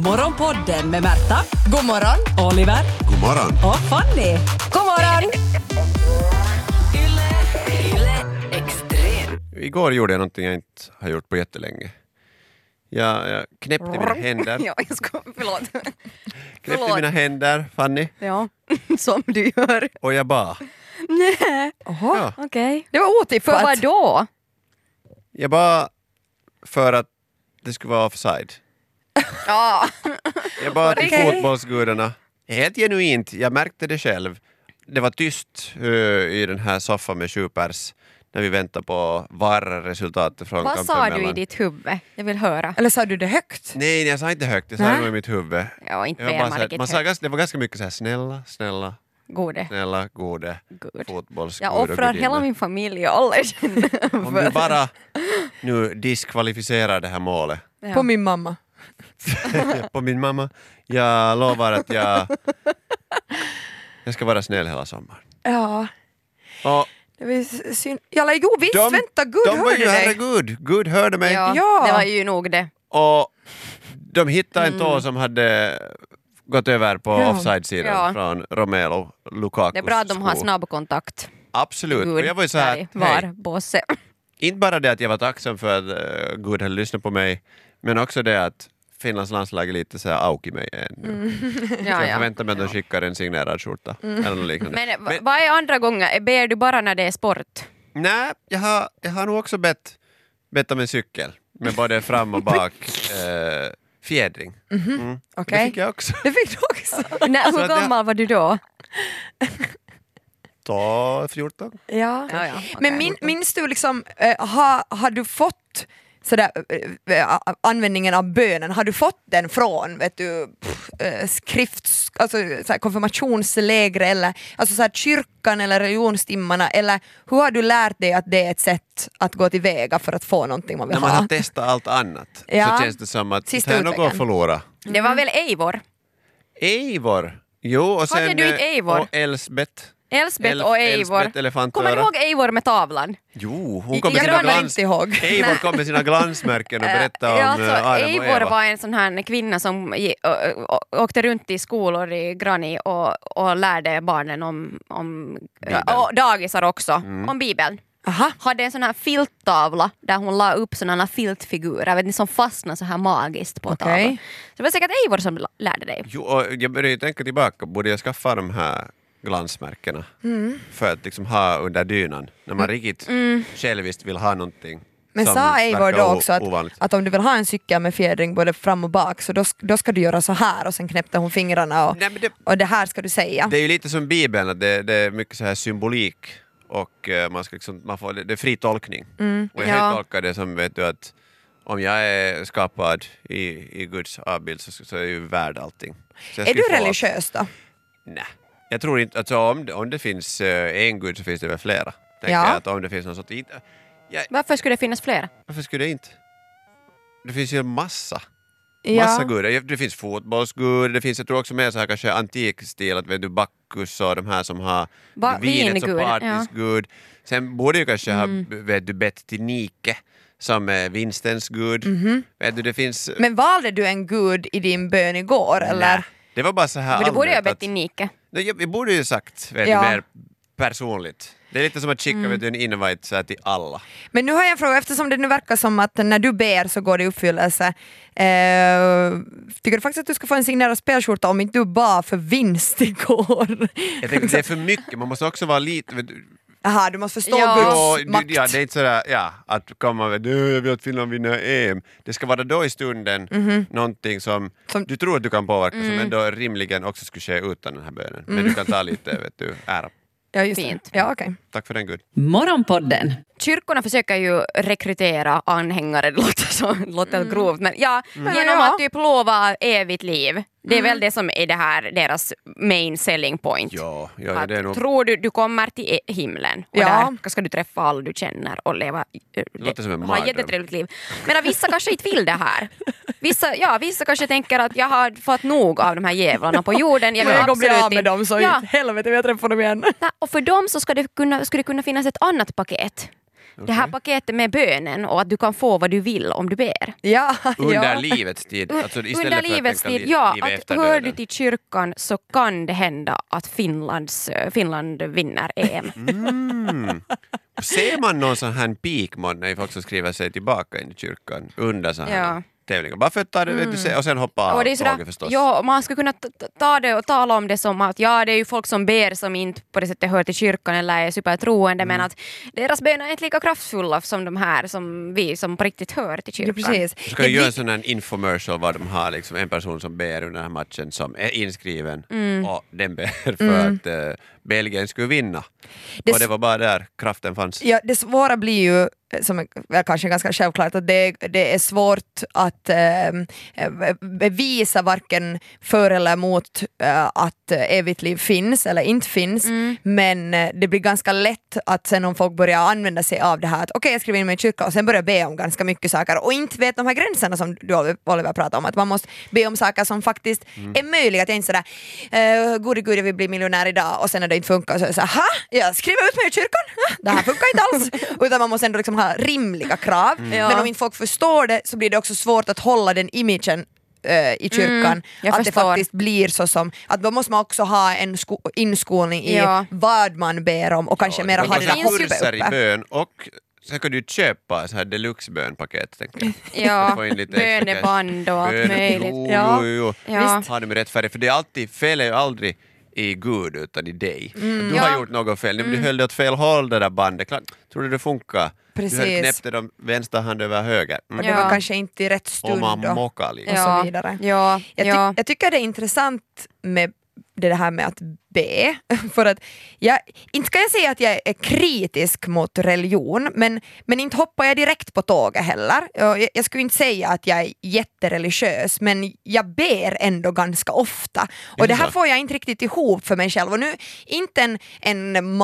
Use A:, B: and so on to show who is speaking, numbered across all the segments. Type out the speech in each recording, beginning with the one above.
A: Morgonpodden med Märta,
B: God morgon!
A: Oliver
C: God morgon.
A: och Fanny.
B: God morgon!
C: Igår gjorde jag någonting jag inte har gjort på jättelänge. Jag, jag knäppte mina händer.
B: Ja, jag ska, förlåt.
C: Knäppte
B: förlåt.
C: mina händer, Fanny,
B: Ja, som du gör.
C: och jag bara. Ja,
B: Okej. Det var otippat.
D: För vadå?
C: jag bara för att det skulle vara offside.
B: Ja.
C: Jag bara till
B: Okej.
C: fotbollsgudarna. Helt genuint, jag märkte det själv. Det var tyst eh, i den här soffan med sju pers när vi väntade på VAR-resultatet från
D: Vad
C: kampen
D: sa du i
C: mellan...
D: ditt huvud? Jag vill höra.
B: Eller sa du det högt?
C: Nej, jag sa inte högt, jag sa
D: Nej.
C: nog i mitt huvud.
D: Ja, inte
C: Jag var
D: mer
C: bara så här,
D: man
C: man sa, ganska- det var ganska mycket så här, snälla, snälla,
D: Gode.
C: snälla, gode.
D: Gud.
C: fotbollsgud
D: Jag
C: och
D: offrar
C: gudinna.
D: hela min familj och alla jag känner
C: Om
D: för-
C: du bara nu diskvalificerar det här målet
D: Ja.
B: På min mamma.
C: på min mamma. Jag lovar att jag, jag ska vara snäll hela sommaren.
B: Ja,
C: Och
B: det var ju synd. Jalla, jo visst, vänta, Gud
C: de var
B: hörde
C: ju,
B: dig.
C: herregud, Gud hörde mig.
D: Ja,
B: Ja.
D: det var ju nog det.
C: Och de hittade en tå som hade gått över på
B: Ja.
C: offside-sidan
D: Mm. Ja.
C: från Romelu Lukakus
D: Det är bra att de har
C: sko.
D: snabbkontakt.
C: Absolut. Och jag var ju så här, att,
D: Gud,
C: hej,
D: var, Bosse.
C: inte bara det att jag var tacksam för att eh, Gud hade lyssnat på mig, men också det att Finlands landslag är lite så här auk i mig ännu.
D: Mm. Ja,
C: jag
D: ja. Mm.
C: förväntar mig att de skickar en signerad skjorta eller något liknande.
D: Men, eh, v-
C: Men-
D: vad är andra gånger? Ber du bara när det är sport?
C: nej, jag har, jag har nog också bett, bett om en cykel med både fram och bak eh, fjädring. Mm. Det
B: Okej.
C: fick jag också.
B: Det fick du också. Mm.
D: Nej,
C: Så
D: hur
C: att jag-
D: gammal var du då?
C: Ta 14.
B: Ja.
D: Ja, ja, okej.
B: Men min, minns du liksom, eh, har, har du fått sådär, eh, eh, användningen av bönen, har du fått den från vet du, pff, eh, skrifts, alltså, såhär, konfirmationsläger eller alltså, såhär, kyrkan eller religionstimmarna eller hur har du lärt dig att det är ett sätt att gå till väga för att få någonting man vill
C: När man har
B: ha?
C: testat allt annat
B: Ja.
C: så känns det som att
B: Sista
C: det här är något att
B: utvägen.
C: förlora.
D: Det var väl Eivor?
C: Eivor. Jo, och sen...
D: Hade du inte
C: eh,
D: Eivor?
C: Och Elsbeth.
D: Elsbeth
C: Elf-
D: och Eivor.
C: Elsbeth Elefantöra.
D: Kommer du ihåg Eivor med tavlan?
C: Jo, hon kom med
B: Jag
C: sina
B: kommer
C: glans...
B: inte ihåg.
C: Eivor kom med sina glansmärken och berättade om eh, ja,
D: Ja, alltså,
C: Adam och
D: Eivor
C: Eva.
D: var en sån här kvinna som ge- ö- ö- ö- åkte runt i skolor i Granny och, och lärde barnen om, om
C: Bibeln. Mm.
D: och dagisar också, om Bibeln.
B: Aha.
D: Hade en sån här filttavla där hon la upp såna här filtfigurer vet ni, som fastnade så här magiskt på
B: Okej.
D: tavlan. Så det var säkert Eivor som la- lärde dig.
C: Jo, och jag började ju tänka tillbaka, borde jag skaffa de här glansmärkena
B: Mm.
C: för att liksom ha under dynan när man riktigt själviskt vill ha någonting
B: Men
C: som
B: sa Eivor
C: verkar
B: då
C: o-
B: också att,
C: ovanligt.
B: att om du vill ha en cykel med fjädring både fram och bak så då, sk- då ska du göra så här och sen knäppte hon fingrarna och,
C: Nej, men det-
B: och det här ska du säga.
C: Det är ju lite som Bibeln, att det, det är mycket så här symbolik och eh, man ska liksom, man får, det är fri tolkning.
B: Mm,
C: Och jag
D: Ja.
C: ja. tolkar det som vet du, att om jag är skapad i, i Guds avbild så, så är jag ju värd allting. Så jag
B: är
C: skulle
B: du
C: få-
B: religiös då?
C: Nej. Jag tror inte, alltså om det, om det finns eh, en gud så finns det väl flera. Tänker
B: Ja.
C: jag att om det finns någon sorts... inte- Jag,
D: Varför skulle det finnas flera?
C: varför skulle det inte? Det finns ju en massa.
B: Ja.
C: Massa gudar. Det finns fotbollsgud, det finns jag tror också mer så här kanske antik stil, att vet du Bacchus och de här som har
D: Ba-
C: vinet som
D: vingud, ja. Mm.
C: partisgud. Sen borde ju kanske ha vet du bett till Nike som är vinstens gud.
D: Mhm.
C: Vet du, det finns...
B: Men valde du en gud i din bön igår eller?
C: Nä. Det var bara så här
D: Men du borde ju ha
C: allmänt att-
D: bett i Nike.
C: Nej, jag, jag borde ju sagt vet
B: Ja.
C: du, mer personligt. Det är lite som att skicka
D: Mm.
C: vet du, en invite så här, till alla.
B: Men nu har jag en fråga, eftersom det nu verkar som att när du ber så går det i uppfyllelse. Eh, tycker du faktiskt att du ska få en signerad spelskjorta om inte du bad för vinst igår?
C: Jag tänkte, det är för mycket, man måste också vara lite... Vet du,
B: Jaha, du måste förstå
D: Ja.
C: Ja,
B: Guds
C: du-
B: makt.
C: ja, det är inte sådär ja, att komma med "Du, jag vill att Finland vinner EM. Det ska vara då i stunden
D: Mhm.
C: någonting som,
B: Som-
C: du tror att du kan påverka som
D: Mm.
C: ändå rimligen också skulle ske utan den här bönen. Men du kan ta lite vet du, ära.
B: ja, just
D: Fint.
B: Det. Ja, okej.
C: Tack för den Gud.
A: Morgonpodden
D: Kyrkorna försöker ju rekrytera anhängare, det låter, så, det låter grovt, men ja, genom
B: Mm. Ja. Mm.
D: att typ lova evigt liv. Det är väl det som är det här deras main selling point.
C: Ja, ja
D: Att
C: det är nog,
D: Tror du du kommer till e- himlen och
B: Ja.
D: där ska du träffa alla du känner och leva eh,
C: låter som en
D: ha ett
C: mardröm.
D: jättetrevligt liv. Men vissa kanske inte vill det här. Vissa, ja, vissa kanske tänker att jag har fått nog av de här djävlarna på jorden. Jag
B: Jag
D: vill
B: kommer bli
D: absolut
B: av med
D: inte-
B: dem så
D: ja,
B: ja. helvete vill jag träffa dem igen.
D: Nej, och för dem så ska det kunna, skulle det kunna finnas ett annat paket. det här paketet med bönen och att du kan få vad du vill om du ber.
B: Ja,
C: Under
B: ja.
C: livets tid. Alltså istället
D: Under
C: för att
D: livets
C: tänka
D: tid,
C: li-
D: ja.
C: livet
D: Att
C: efter
D: hör du
C: döden.
D: till kyrkan så kan det hända att Finlands, eh, Finland vinner EM.
C: Mm. Ser man någon sån här peak månne i folk som skriver sig tillbaka in i kyrkan under sån här
D: Ja. Mm.
C: tävlingar? Bara för att ta det, vet du, se- och sen hoppa av
D: Och det är sådär,
C: tåget förstås.
D: ja, och man skulle kunna ta, ta- ta det och tala om det som att ja, det är ju folk som ber som inte på det sättet hör till kyrkan eller är supertroende
C: Mm.
D: men att deras böner är inte lika kraftfulla som de här som vi som på riktigt hör till
B: ja
D: kyrkan.
B: precis.
C: Du ska
B: Det
C: ju göra en
B: blir,
C: sån här infomercial var de har liksom en person som ber under den här matchen som är inskriven
B: Mm.
C: och den ber för att eh, Belgien skulle vinna.
B: Det
C: och det
B: s-
C: var bara där kraften fanns.
B: ja, det svåra blir ju, som är väl kanske ganska självklart, att det, det är svårt att ehm, eh, bevisa varken för eller emot eh, att eh, evigt liv finns eller inte finns. Men eh, det blir ganska lätt att sen om folk börjar använda sig av det här att okej jag skriver in mig i kyrkan och sen börjar be om ganska mycket saker och inte vet de här gränserna som du Oliver pratade om att man måste be om saker som faktiskt är möjliga. Att jag inte sådär eh, gode gud jag vill bli miljonär idag och sen när det inte funkar så är det såhär ha jag skriver ut mig i kyrkan, Ha, det här funkar inte alls. Utan man måste ändå liksom ha rimliga krav. Men om inte folk förstår det så blir det också svårt att hålla den imagen eh, i kyrkan,
D: jag
B: att det
D: förstår.
B: faktiskt blir så som, att då måste man också ha en sko- inskolning i
D: Ja.
B: vad man ber om och kanske mera
C: Man
B: ha
C: kan
B: det
C: ha
B: där
D: finns ju-
B: hoppet
C: kurser i
B: uppe.
C: bön och sen kan du köpa så här deluxe-bönpaket. tänker jag.
D: Ja,
C: Få in lite extra
D: böneband och allt
C: Bön-
D: möjligt.
C: Jo,
B: Ja.
C: jo, jo.
D: Ja.
C: Visst. Har de rätt färg? För det är alltid, fel är ju aldrig i Gud utan i dig.
B: Mm.
C: Du har
D: Ja.
C: gjort något fel, Nej, men du höll det åt fel håll det där bandet. Klart, tror du det funkar? Du höll-
B: Precis.
C: knäppte de vänster hand över höger. Mm.
B: Och det var
D: Ja.
B: kanske inte i rätt stund.
C: Och man
B: då.
C: mockar liksom. lite.
B: och
D: ja,
B: så vidare.
D: Ja,
B: Jag, ty-
D: ja.
B: jag tycker det är intressant med det här med att be, för att jag, inte ska jag säga att jag är kritisk mot religion, men, men inte hoppar jag direkt på tåget heller. Och Jag, jag skulle inte säga att jag är jättereligiös, men jag ber ändå ganska ofta. Och det här
C: så?
B: får jag inte riktigt ihop för mig själv. Och nu, inte en, en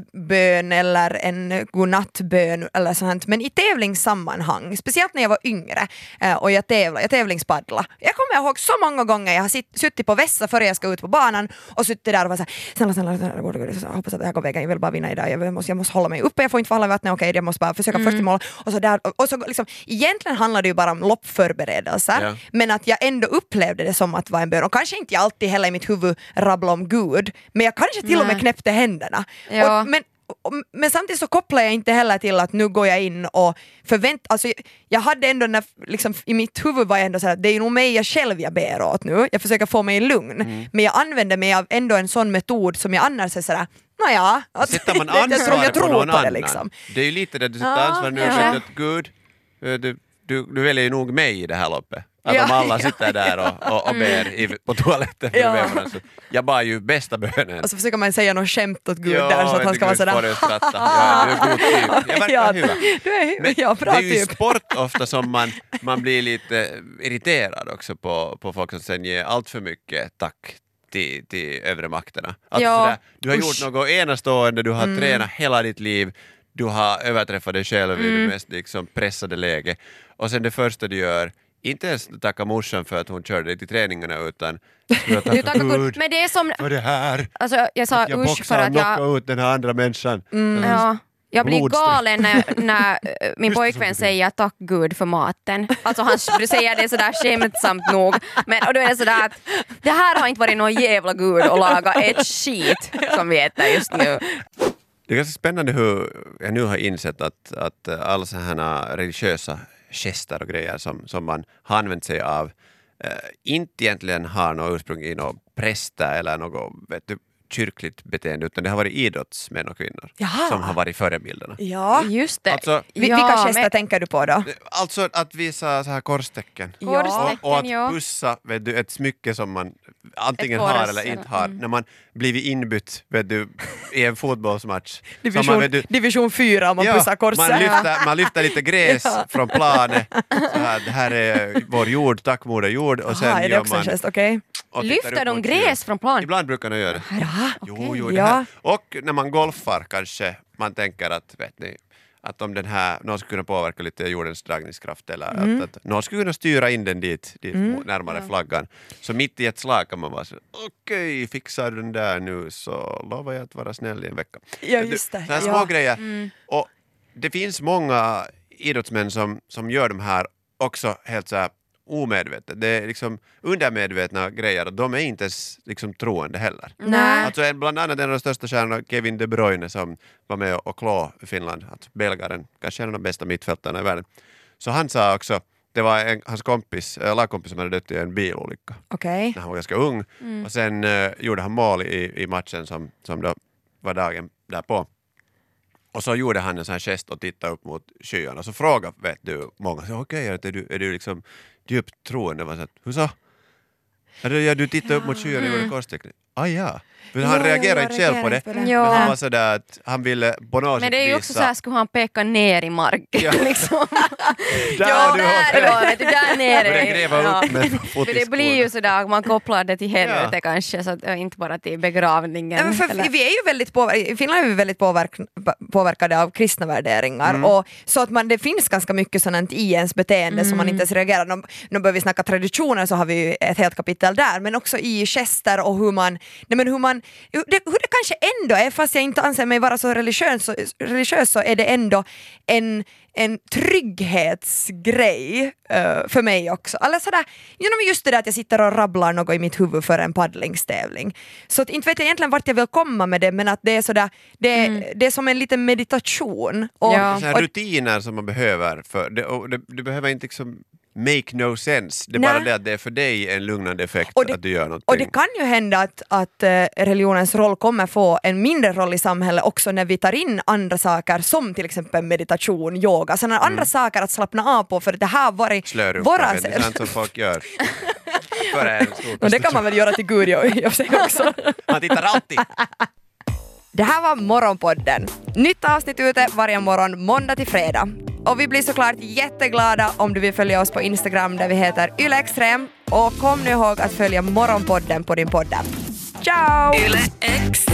B: matbön eller en godnattbön eller sånt, men i tävlingssammanhang, speciellt när jag var yngre eh, och jag tävlade, jag tävlingspaddlade. Jag kommer ihåg så många gånger jag har sitt, suttit på vässa före jag ska ut på banan och suttit där och var såhär, snälla, snälla, snälla, gode gud, jag hoppas att det här går vägen, jag vill bara vinna idag, jag måste, jag måste hålla mig uppe, jag får inte falla i vattnet, okej, jag måste bara försöka först i mål. Och så där, och, och så liksom, egentligen handlar det ju bara om loppförberedelser,
C: Ja.
B: men att jag ändå upplevde det som att vara en bön. Och kanske inte jag alltid heller i mitt huvud rabblade om Gud, men jag kanske till och med
D: Nej.
B: knäppte händerna.
D: Ja.
B: Och, men, och, men samtidigt så kopplar jag inte heller till att nu går jag in och förväntar alltså, jag- jag hade ändå när, liksom, i mitt huvud var jag ändå så här, det är nog mig jag själv jag ber åt nu, jag försöker få mig i lugn,
C: Mm.
B: men jag använder mig av ändå en sån metod som jag annars är sådär, nåja, att-
C: Sätter man
B: det är inte som
C: ansvar
B: jag
C: på
B: tror
C: någon
B: på det
C: annan?
B: liksom.
C: Det är ju lite det du sätter
B: Ja,
C: ansvar nu.
B: ja.
C: Ja. Att, Gud, eh, du, du, du väljer ju nog mig i det här loppet. Att
B: Ja,
C: om alla
B: ja.
C: sitter där och, och, och ber i, på toaletten
B: Ja.
C: bredvid varandra, så jag bara ju bästa bönen.
B: Och så försöker man säga något skämt åt Gud
C: Ja,
B: där så att han
C: inte
B: ska vara
C: Gud får dig
B: sådär
C: att skratta. Ja, du är god typ. Jag verkar hyvä.
B: Ja, du är,
C: Men
B: ja, bra
C: det är ju i
B: typ.
C: sport ofta som man, man blir lite irriterad också på, på folk som sen ger allt för mycket tack till, till övre makterna. Alltså
D: Ja.
C: sådär, du har
B: Usch. Mm.
C: gjort något enastående, du har tränat hela ditt liv, du har överträffat dig själv i
B: Mm.
C: det mest liksom, pressade läget och sen det första du gör, inte ens tacka morsan för att hon körde dig till träningarna utan du
D: Du
C: tacka
D: tackar
C: Gud
D: Gud. Men det är som,
C: för det här,
D: alltså, jag sa
C: Alltså, att jag
D: usch för
C: boxar och
D: att jag Mm.
C: knockar ut den här andra människan. Mm.
D: Ja. Jag blir
C: Blodstreck.
D: galen när, när eh, min pojkvän säger tack gud för maten. Alltså han säger det sådär skämtsamt nog. Men, och då är det sådär att det här har inte varit någon jävla gud att laga ett skit som vi äter just nu.
C: Det är ganska spännande hur jag nu har insett att, att alla så här religiösa gester och grejer som, som man har använt sig av eh, inte egentligen har något ursprung i något präster eller något vet du, kyrkligt beteende utan det har varit idrottsmän och kvinnor
B: Jaha.
C: som har varit förebilderna.
B: Ja.
D: Just det.
C: Alltså-
B: Vi,
D: Ja,
B: vilka gester
D: men-
B: tänker du på då?
C: Alltså att visa så här korstecken.
B: Ja.
D: Korstecken,
C: Och, och
D: ja.
C: att pussa vet du, ett smycke som man antingen
D: Ett kors
C: har eller
D: eller-
C: inte
B: Mm.
C: har. När man blivit inbytt vet du, i en fotbollsmatch. Så man,
B: Division,
C: vet du,
B: division 4 om man pussar korset.
C: Man lyfter, man lyfter lite gräs
B: Ja.
C: från planet. Så här, det här är vår jord, tack moder jord. Och sen
B: Aha, är det
C: gör
B: också en
C: man,
B: gest? Okej.
C: och tittar
D: Lyfter
C: upp
D: de
C: mot
D: gräs
C: kylen.
D: från planen?
C: Ibland brukar de göra det. Jo, jo, det
B: Ja.
C: här. Och när man golfar kanske man tänker att, vet ni, att om den här, någon skulle kunna påverka lite jordens dragningskraft eller
B: Mm.
C: att, att någon skulle kunna styra in den dit, dit närmare flaggan. Så mitt i ett slag kan man vara så okej, fixar du den där nu så lovar jag att vara snäll i en vecka.
B: Ja,
C: Vet du,
B: just det.
C: Sådana här
B: Ja. Mm.
C: små grejer. Och det finns många idrottsmän som, som gör de här också helt så här omedvetet. Det är liksom undermedvetna grejer och de är inte ens liksom troende heller.
D: Nej.
C: Alltså en- bland annat en av de största stjärnorna, Kevin De Bruyne, som var med och klå Finland, alltså belgaren, kanske en av de bästa mittfältarna i världen. Så han sa också, det var en, hans kompis, eh, lagkompis som hade dött i en bilolycka
B: Okej.
C: när han var ganska ung.
D: Mm.
C: Och sen eh, gjorde han mål i, i matchen som, som då var dagen därpå. Och så gjorde han en sån här gest och tittade upp mot skyarna. Så frågade vet du, många, så, okej, är du, är du liksom djupt troende? Man sa, Hur så? Är det, ja, du tittade upp mot skyarna och
D: Mm.
C: gjorde korstecken. Ah, ja. För han
B: Ja,
C: reagerade
B: jag
C: inte själv på det.
B: reagerade
D: Ja.
C: Men han var sådär att han ville på något
D: Men
C: sätt
D: det är ju också
C: visa...
D: så här, skulle han peka ner i marken
C: Ja.
D: liksom?
C: där
D: ja,
C: har du
D: där,
C: hoppet.
D: ja, vet du, där nere.
C: Började gräva
D: Ja.
C: upp med
D: För
C: fotiskor.
D: det blir ju sådär, man kopplar det till helvete
C: Ja.
D: kanske, så att, äh, inte bara till begravningen.
B: Nej, men för
D: eller-
B: vi är ju väldigt påver- I Finland är vi väldigt påverk påverkade av kristna värderingar. Och så att man, det finns ganska mycket sådant i ens beteende som man inte ens reagerar. Nu, nu börjar vi snacka traditioner så har vi ju ett helt kapitel där. Men också i gester och hur man... Nej, men hur, man hur, det, hur det kanske ändå är, fast jag inte anser mig vara så religiös, så, religiös, så är det ändå en en trygghetsgrej eh, för mig också. Eller sådär, genom just det där att jag sitter och rabblar något i mitt huvud för en paddlingstävling. Så att, inte vet jag egentligen vart jag vill komma med det men att det är sådär, det, är- det är som en liten meditation. Och,
D: Ja.
C: Så här
B: och,
C: rutiner som man behöver. För det, och det, du behöver inte liksom make no sense. Det är
B: Nej.
C: bara det att det är för dig en lugnande effekt
B: Och det-
C: att du gör någonting.
B: och det kan ju hända att, att eh, religionens roll kommer få en mindre roll i samhället också när vi tar in andra saker som till exempel meditation, yoga, sådana
C: Mm.
B: andra saker att slappna av på för det här har varit
C: Slörumpa,
B: våra...
C: vet ni, sånt som folk gör. Före en stor
B: Men det kan man väl göra till Gud i och för sig också.
C: Man tittar alltid.
B: Det här var Morgonpodden. Nytt avsnitt ute varje morgon måndag till fredag. Och vi blir såklart jätteglada om du vill följa oss på Instagram där vi heter ylextrem. Och kom nu ihåg att följa Morgonpodden på din podd. Ciao!
A: Yle Extrem.